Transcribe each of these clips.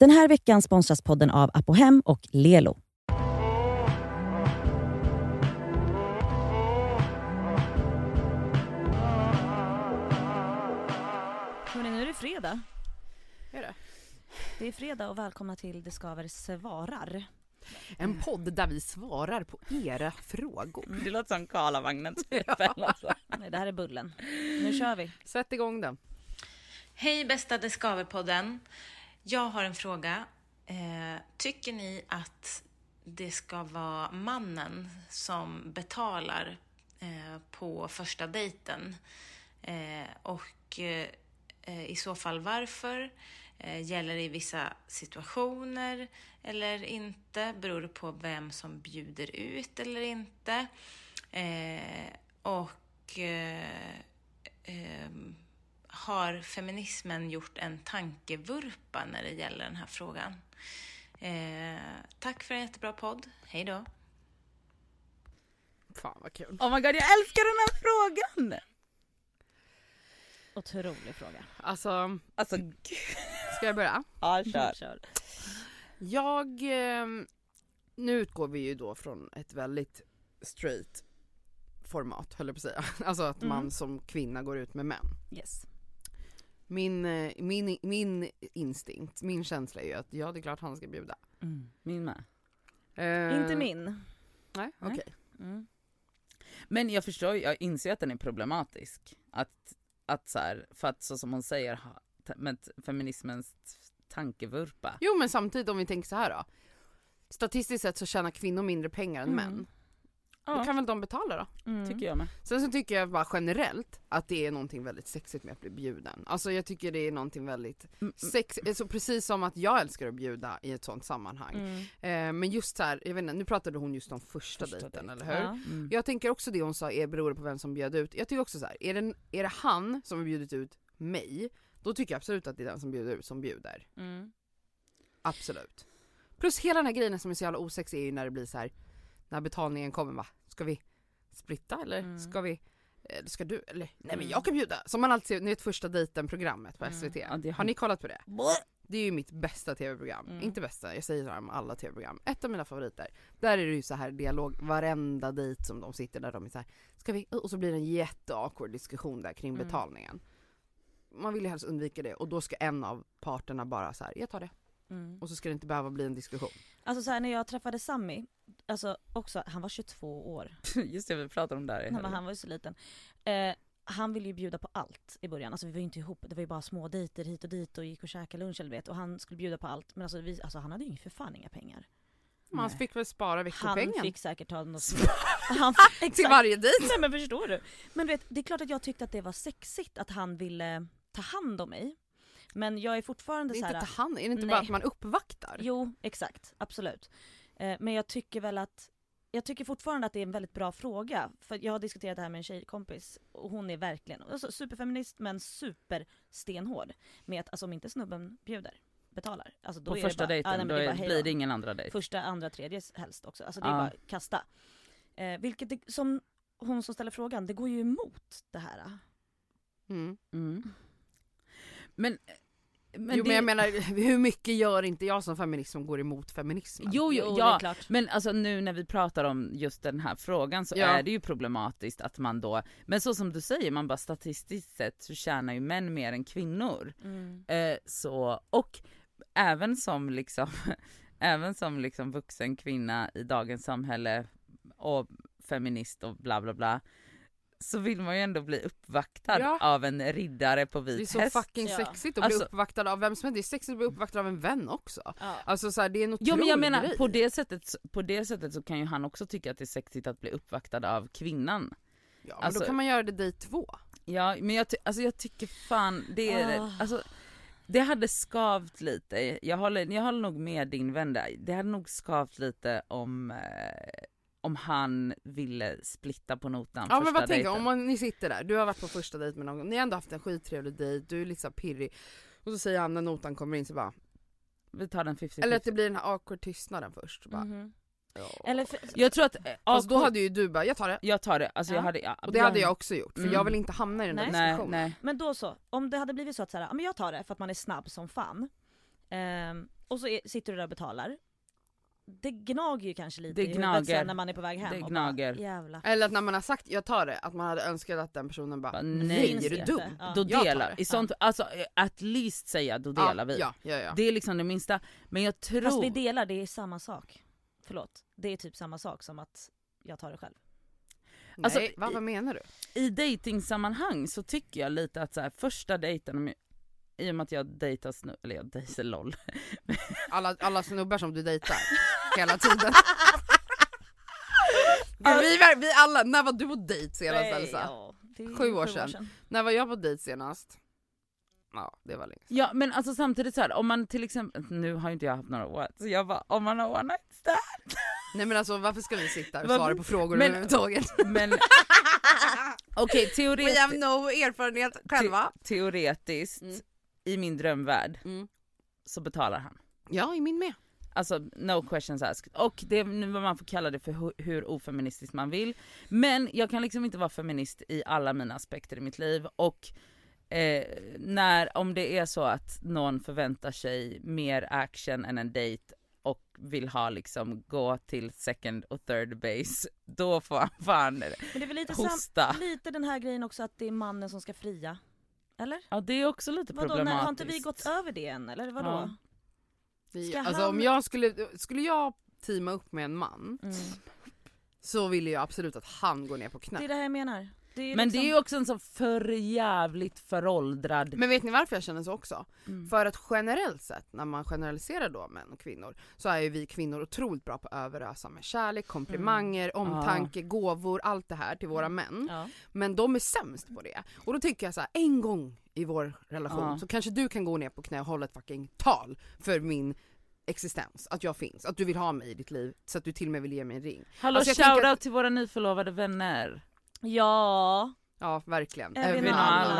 Den här veckan sponsras podden av Apohem och Lelo. Hörrni, nu är det fredag. Är det? Det är fredag och välkomna till Det skaver svarar. En podd där vi svarar på era frågor. Det låter som Karlavagnen typ. alltså. Nej, det här är Bullen. Nu kör vi. Sätt igång den. Hej bästa Discover-podden. Jag har en fråga. Eh, tycker ni att det ska vara mannen som betalar eh, på första dejten? Eh, och eh, eh, i så fall varför? Eh, gäller det i vissa situationer eller inte? Beror det på vem som bjuder ut eller inte? Eh, och eh, ehm, har feminismen gjort en tankevurpa när det gäller den här frågan? Eh, tack för en jättebra podd. Hej då. Fan vad kul. Oh my god, jag älskar den här frågan! Otrolig fråga. Alltså, Alltså gud. ska jag börja? Ja, kör. Kör. Jag... ehm, nu utgår vi ju då från ett väldigt straight format höll jag på att säga. Alltså att man som kvinna går ut med män. Yes. Min, eh, min, min instinkt, min känsla är ju att ja det är klart han ska bjuda. Mm. Min med. Eh, Inte min. Nej, okej. Mm. Men jag förstår, ju- jag inser att den är problematisk. Att, att så här, för att så som hon säger, ha- ta- med feminismens tankevurpa. Jo men samtidigt om vi tänker så här då. Statistiskt sett så tjänar kvinnor mindre pengar än Mm. män. Då Ja, kan väl de betala då? Mm. tycker jag med. Sen så tycker jag bara generellt att det är någonting väldigt sexigt med att bli bjuden. Alltså jag tycker det är någonting väldigt Mm, sex, alltså precis som att jag älskar att bjuda i ett sånt sammanhang. Mm. Eh, men just så här, jag vet inte, nu pratade hon just om första, Första dejten dejten, eller hur? Ja. Mm. Jag tänker också det hon sa är beror på vem som bjöd ut. Jag tycker också så här, är det, är det han som har bjudit ut mig, då tycker jag absolut att det är den som bjuder ut som bjuder. Mm. Absolut. Plus hela den här grejen som är så jävla osexig är ju när det blir så här när betalningen kommer va, ska vi splitta eller Mm. ska vi, eller ska du, eller nej men Mm. jag kan bjuda. Som man alltid ser, ni vet första dejten programmet på Mm. SVT. Ja, det har- Har ni kollat på det? Det är ju mitt bästa tv-program, Mm. inte bästa, jag säger så här om alla tv-program. Ett av mina favoriter. Där är det ju så här dialog varenda dejt som de sitter där de är så här, ska vi, och så blir det en jätteawkward diskussion där kring Mm. betalningen. Man vill ju helst undvika det och då ska en av parterna bara så här, jag tar det. Mm. Och så ska det inte behöva bli en diskussion. Alltså så här, när jag träffade Sammy, alltså också, han var 22 år. Just det, vi pratade om det här i Nej, men helgen. han var ju så liten. Eh, han ville ju bjuda på allt i början, alltså vi var ju inte ihop, det var ju bara små dejter hit och dit och gick och käkade lunch eller du vet och han skulle bjuda på allt men alltså, vi, alltså han hade ju för fan inga pengar. Man Nej. fick väl spara Han veckopengen fick säkert ta något han, exakt. till varje dejt. Nej men förstår du? Men du vet, det är klart att jag tyckte att det var sexigt att han ville ta hand om mig. Men jag är fortfarande Det är, så här. inte ta hand, är det inte Nej. bara att man uppvaktar? Jo, exakt. Absolut. Eh, men jag tycker väl att jag tycker fortfarande att det är en väldigt bra fråga. För jag har diskuterat det här med en tjejkompis och hon är verkligen alltså, superfeminist men superstenhård. Med att alltså, om inte snubben bjuder, betalar. Alltså, då På är första det bara, dejten, ah, nej, men då det är är, bara, hej blir då. det ingen andra dejt. Första, andra, tredje helst också. Alltså det är Ja. bara kasta. Eh, vilket det, som hon som ställer frågan, det går ju emot det här. eh. Mm. Mm. Men, men Men jo det- men jag menar, hur mycket gör inte jag som feminist som går emot feminismen? Jo, jo, det är ja, klart. Men alltså nu när vi pratar om just den här frågan så Ja. är det ju problematiskt att man då, men så som du säger, man bara statistiskt sett så tjänar ju män mer än kvinnor. Mm. Eh, så, och även som liksom, även som liksom vuxen kvinna i dagens samhälle och feminist och bla bla bla så vill man ju ändå bli uppvaktad Ja. av en riddare på det är vit så häst. fucking Ja. sexigt att Alltså- bli uppvaktad av vem som helst, det är sexigt att bli uppvaktad av en vän också. Ja. Alltså så här, det är en otrolig Ja men jag menar grej. på det, sättet, på det sättet så kan ju han också tycka att det är sexigt att bli uppvaktad av kvinnan. ja, men alltså- då kan man göra det dejt två. Ja men jag, ty- alltså jag tycker fan det är, Ah. alltså, det hade skavt lite, jag håller, jag håller nog med din vän där, det hade nog skavt lite om, eh, om han ville splitta på notan Ja men första vad tänker dejten. om man, ni sitter där, du har varit på första dejt med någon, ni har ändå haft en skittrevlig dejt, du är lite så här pirrig. Och så säger han när notan kommer in så bara, Vi tar den 50-50. eller typ- att det blir den här awkward tystnaden först. Bara, Mhm. ja. Eller för, Jag tror att, eh, Fast då awkward- hade ju du bara, jag tar det. jag tar det, alltså Ja. jag hade, ja, Och det hade jag också gjort, för Mm. jag vill inte hamna i den där Nej. Nej, diskussionen. nej. Men då så, om det hade blivit så att så här, "Ja, men jag tar det för att man är snabb som fan. Ehm, Och så är, sitter du där och betalar. Det gnager ju kanske lite Det i huvudet gnager. sen när man är på väg hem. Det och gnager. Bara, Jävla. Eller att när man har sagt jag tar det, att man hade önskat att den personen bara Bara, finns nej är nej, du inte. dum? Ja. då jag tar delar det. I sånt, alltså at least säga då delar vi. Ja, ja, ja. Det är liksom det minsta. Men jag Fast vi tror, delar, det är samma sak. Förlåt. Det är typ samma sak som att jag tar det själv. alltså, nej, vad, vad menar du? i datingsammanhang så tycker jag lite att så här, första dejten, om jag- i och med att jag dejtar snu, eller jag dejtar LOL. Alla, alla snubbar som du dejtar hela tiden. Gud, vi, var- vi alla, när var du på dejt senast Elsa? ja, det är Sju år sedan. När var jag på dejt senast? Ja det var länge sedan. Ja men alltså samtidigt så här, om man till exempel, nu har ju inte jag haft några år, så jag bara om man har one night stand. Nej men alltså varför ska vi sitta och Vad- svara på frågor men- överhuvudtaget? Men okej We teoretiskt, have no erfarenhet själva. te, teoretiskt Mm. i min drömvärld Mm. så betalar han. Ja i min med. Alltså no questions asked. Och det är nu vad man får kalla det för hu- hur ofeministiskt man vill. Men jag kan liksom inte vara feminist i alla mina aspekter i mitt liv och eh, när, om det är så att någon förväntar sig mer action än en dejt och vill ha liksom gå till second och third base, då får han fan Men det är väl lite, sam- hosta. lite den här grejen också att det är mannen som ska fria. Eller? Ja det är också lite Vadå, när, problematiskt. har inte vi gått över det än eller vadå? Mm. Ja. Vi, Ska alltså han- om jag skulle, skulle jag teama upp med en man Mm. så ville jag absolut att han går ner på Det knä. är det här jag menar. Det är Men det liksom... är ju också en så förjävligt föråldrad Men vet ni varför jag känner så också? Mm. För att generellt sett, när man generaliserar då män och kvinnor, så är ju vi kvinnor otroligt bra på att överösa med kärlek, komplimanger, Mm. omtanke, gåvor, allt det här till våra män. Ja. Men de är sämst på det. Och då tycker jag så här, en gång i vår relation Ja. så kanske du kan gå ner på knä och hålla ett fucking tal för min existens, att jag finns, att du vill ha mig i ditt liv, så att du till och med vill ge mig en ring. Hallå Alltså, jag tänker shoutout att- till våra nyförlovade vänner. ja. Ja, verkligen. Även Evin och Allan.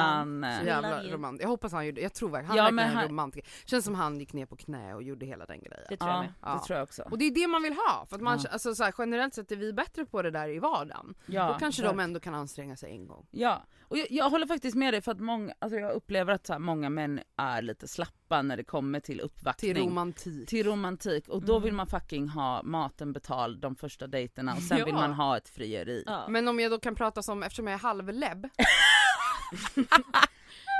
Allan. Så Vi jävla love you. romant. Jag hoppas han gjorde, jag tror verkligen, han Ja, verkar men en han- romantiker. Känns som han gick ner på knä och gjorde hela den grejen. Det tror jag Ja, med. Ja. det tror jag också. Och det är det man vill ha, för att man, Ja. alltså, så här, generellt sett är vi bättre på det där i vardagen. Ja, Då kanske verkligen. de ändå kan anstränga sig en gång. Ja, och jag, jag håller faktiskt med dig för att många, alltså jag upplever att så här, många män är lite slappa när det kommer till uppvaktning. Till romantik. Till romantik och då Mm. vill man fucking ha maten betald de första dejterna och sen Ja. vill man ha ett frieri. Ja. Men om jag då kan prata som, eftersom jag är halvlebb.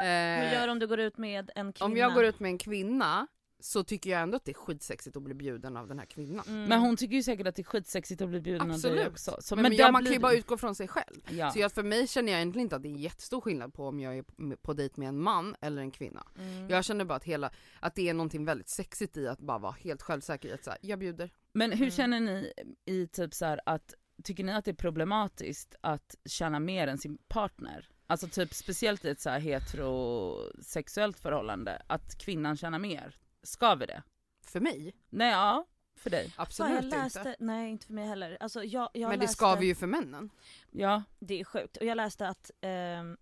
Hur eh, gör du om du går ut med en kvinna? om jag går ut med en kvinna så tycker jag ändå att det är skitsexigt att bli bjuden av den här kvinnan. Mm. Men hon tycker ju säkert att det är skitsexigt att bli bjuden av dig Absolut. också. Så, Men, men där ja, man blir kan ju det- bara utgå från sig själv. ja. Så jag, för mig känner jag egentligen inte att det är jättestor skillnad på om jag är på dejt med en man eller en kvinna. Mm. Jag känner bara att, hela, att det är någonting väldigt sexigt i att bara vara helt självsäker i att så här, jag bjuder. Men hur Mm. känner ni i typ så här att, tycker ni att det är problematiskt att tjäna mer än sin partner? Alltså typ speciellt i ett så här heterosexuellt förhållande, att kvinnan tjänar mer. Ska vi det? För mig? Nej, ja, för dig. Fan, Absolut jag läste, inte. nej inte för mig heller. Alltså, jag, jag Men det läste, ska vi ju för männen. Ja. Det är sjukt. Och jag läste att ehm,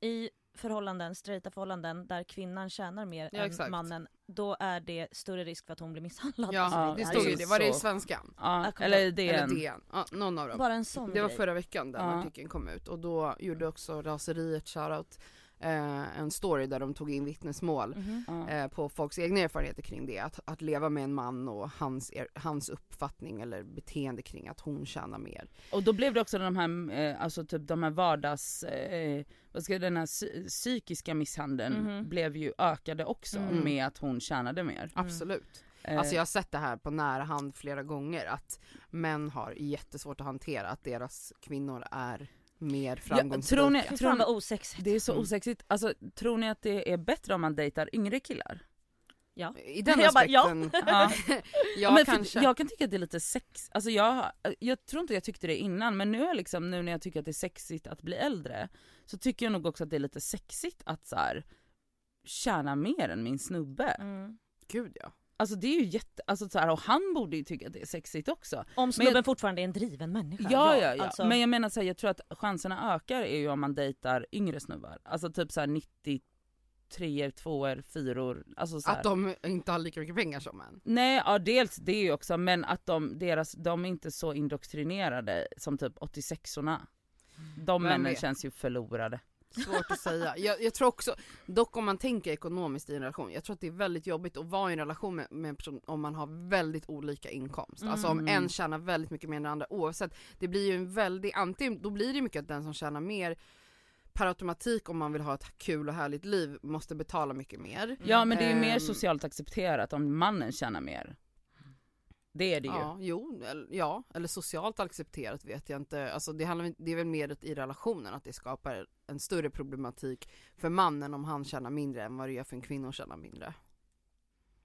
i förhållanden, straighta förhållanden där kvinnan tjänar mer Ja, än exakt. mannen, då är det större risk för att hon blir misshandlad. Alltså, och så Ja, vidare. det det stod är ju ju det. Var det i så- Svenskan? ja. Jag kommer- Eller det Eller är en... DN? Ja, någon av dem. Bara en sån Det var grej. förra veckan den Ja. artikeln kom ut och då gjorde också raseriet shoutout eh, en story där de tog in vittnesmål Mhm. Ja. eh, på folks egna erfarenheter kring det. Att, att leva med en man och hans, er, hans uppfattning eller beteende kring att hon tjänar mer. Och då blev det också de här, eh, alltså typ de här vardags, eh, vad ska jag- den här psy- psykiska misshandeln Mhm. blev ju ökade också Mm. med att hon tjänade mer. Absolut. Eh, Alltså jag har sett det här på nära hand flera gånger att män har jättesvårt att hantera att deras kvinnor är mer framgångsrika. tror ni- Fy Tror fan ni- vad osexigt. Det är så Mm. osexigt. Alltså tror ni att det är bättre om man dejtar yngre killar? I den Jag bara, ja. aspekten, Ja. ja men för- kanske. jag kan tycka att det är lite sex, alltså jag, jag tror inte jag tyckte det innan men nu, är liksom, nu när jag tycker att det är sexigt att bli äldre så tycker jag nog också att det är lite sexigt att så här, tjäna mer än min snubbe. Mm. Gud ja. Alltså det är ju jätte, alltså så här, och han borde ju tycka att det är sexigt också. Om snubben jag- fortfarande är en driven människa. Ja ja ja, Alltså, men jag menar så här, jag tror att chanserna ökar är ju om man dejtar yngre snubbar. Alltså typ så här 93 tvåor, fyror, alltså så här. Att de inte har lika mycket pengar som en. Nej, ja dels det ju också men att de, deras, de är inte så indoktrinerade som typ 86orna. De Mm. Vem männen vet? känns ju förlorade. Svårt att säga. Jag, jag tror också, dock om man tänker ekonomiskt i en relation, jag tror att det är väldigt jobbigt att vara i en relation med, med en person om man har väldigt olika inkomst. Alltså om Mm. en tjänar väldigt mycket mer än den andra oavsett, det blir ju en väldig, antingen då blir det ju mycket att den som tjänar mer per automatik om man vill ha ett kul och härligt liv måste betala mycket mer. Ja men det är ju mer Ehm. socialt accepterat om mannen tjänar mer. Det är det ju. Ja, jo, eller, ja, eller socialt accepterat vet jag inte. Alltså det, handlar, väl- det är väl mer ett- i relationen att det skapar en större problematik för mannen om han tjänar mindre än vad det gör för en kvinna att tjäna mindre.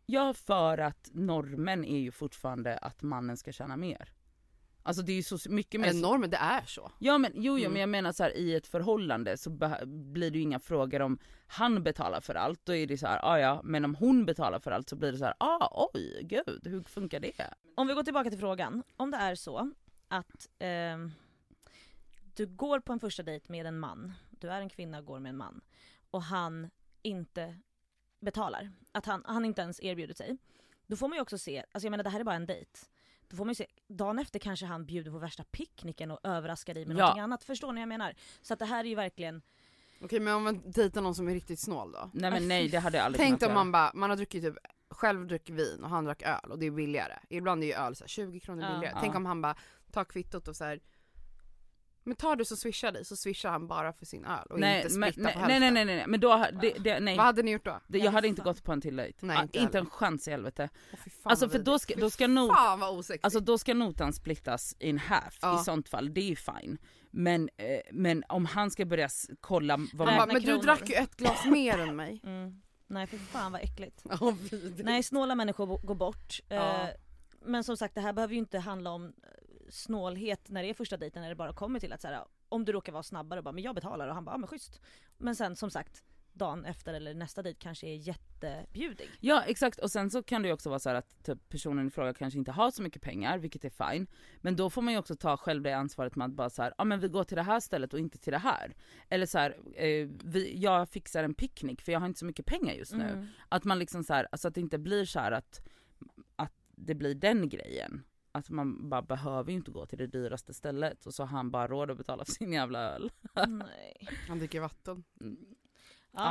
Ja för att normen är ju fortfarande att mannen ska tjäna mer. Alltså det är ju så mycket mer Eller normen, det är så. Ja men jo, jo Mm. men jag menar så här i ett förhållande så beh- blir det ju inga frågor om han betalar för allt, då är det så här ah, ja men om hon betalar för allt så blir det så här ah oj gud hur funkar det? Om vi går tillbaka till frågan, om det är så att ehm, du går på en första dejt med en man, du är en kvinna och går med en man, och han inte betalar, att han, han inte ens erbjuder sig. Då får man ju också se, alltså jag menar det här är bara en dejt. Då får man ju se, dagen efter kanske han bjuder på värsta picknicken och överraskar dig med Ja. någonting annat. Förstår ni vad jag menar? Så att det här är ju verkligen, Okej men om man dejtar någon som är riktigt snål då? Nej men nej det hade jag aldrig Äh, Tänk kunnat om göra. man bara, man har druckit typ, själv druckit vin och han drack öl och det är billigare. Ibland är ju öl så här, 20 kronor Ja. billigare. Ja. Tänk om han bara tar kvittot och så här. men tar du så swishar dig så swishar han bara för sin öl och nej, inte men, splittar nej, på nej hälften. nej nej nej men då, ha- det, det, nej. Vad hade ni gjort då? Det, Ja, jag hade inte fan. gått på en till dejt. Nej, Ah, inte inte, heller. en chans i helvete. Åh, fy fan, Alltså vad för då ska, vidrigt. då ska Fy nog Fan vad osexigt. Alltså då ska notan splittas in half Ja. i sånt fall, det är ju fine. Men, eh, men om han ska börja s- kolla vad han Nej. man... bara, räkna men du kronor. drack ju ett glas mer än mig. mm, nej för fan vad äckligt. Ja, vidrigt. Nej snåla människor bo- går bort. Ja. Eh, Men som sagt det här behöver ju inte handla om eh, snålhet när det är första dejten när det bara kommer till att så här, om du råkar vara snabbare och bara men jag betalar och han bara ja men schysst. Men sen som sagt dagen efter eller nästa dejt kanske är jättebjudig. Ja exakt och sen så kan det ju också vara så här att typ, personen i fråga kanske inte har så mycket pengar vilket är fine. Men då får man ju också ta själv det ansvaret med att bara så här, ja ah, men vi går till det här stället och inte till det här. Eller så här, eh, vi, jag fixar en picknick för jag har inte så mycket pengar just nu. Mm. Att man liksom så här, alltså att det inte blir så här att, att det blir den grejen. Att man bara behöver ju inte gå till det dyraste stället och så har han bara råd att betala för sin jävla öl. Mm, Nej. Han dricker vatten. Ja,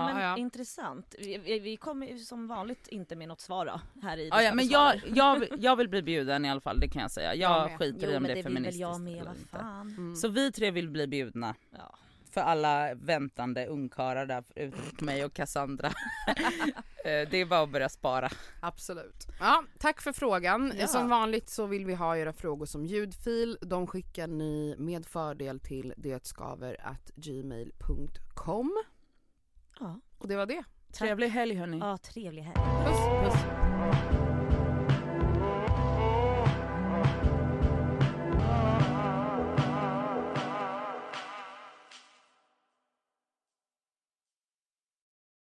Ja, men ja. intressant. Vi, vi, vi kommer ju som vanligt inte med något svar då, här i Ja, ja Veckans men svar. jag, jag, vill- jag vill bli bjuden i alla fall, det kan jag säga. Jag Jag med. skiter Jo i men om det det är vill väl feministiskt jag med, eller vad inte. fan. Mm. Så vi tre vill bli bjudna Ja. för alla väntande ungkarlar där utom mig och Cassandra. Eh, det är bara att börja spara. Absolut. Ja, tack för frågan. Ja. Som vanligt så vill vi ha era frågor som ljudfil. De skickar ni med fördel till detskaver.gmail.com. Ja. Och det var det. Mm. Trevlig helg hörni. ja, ah, trevlig helg. Puss, puss.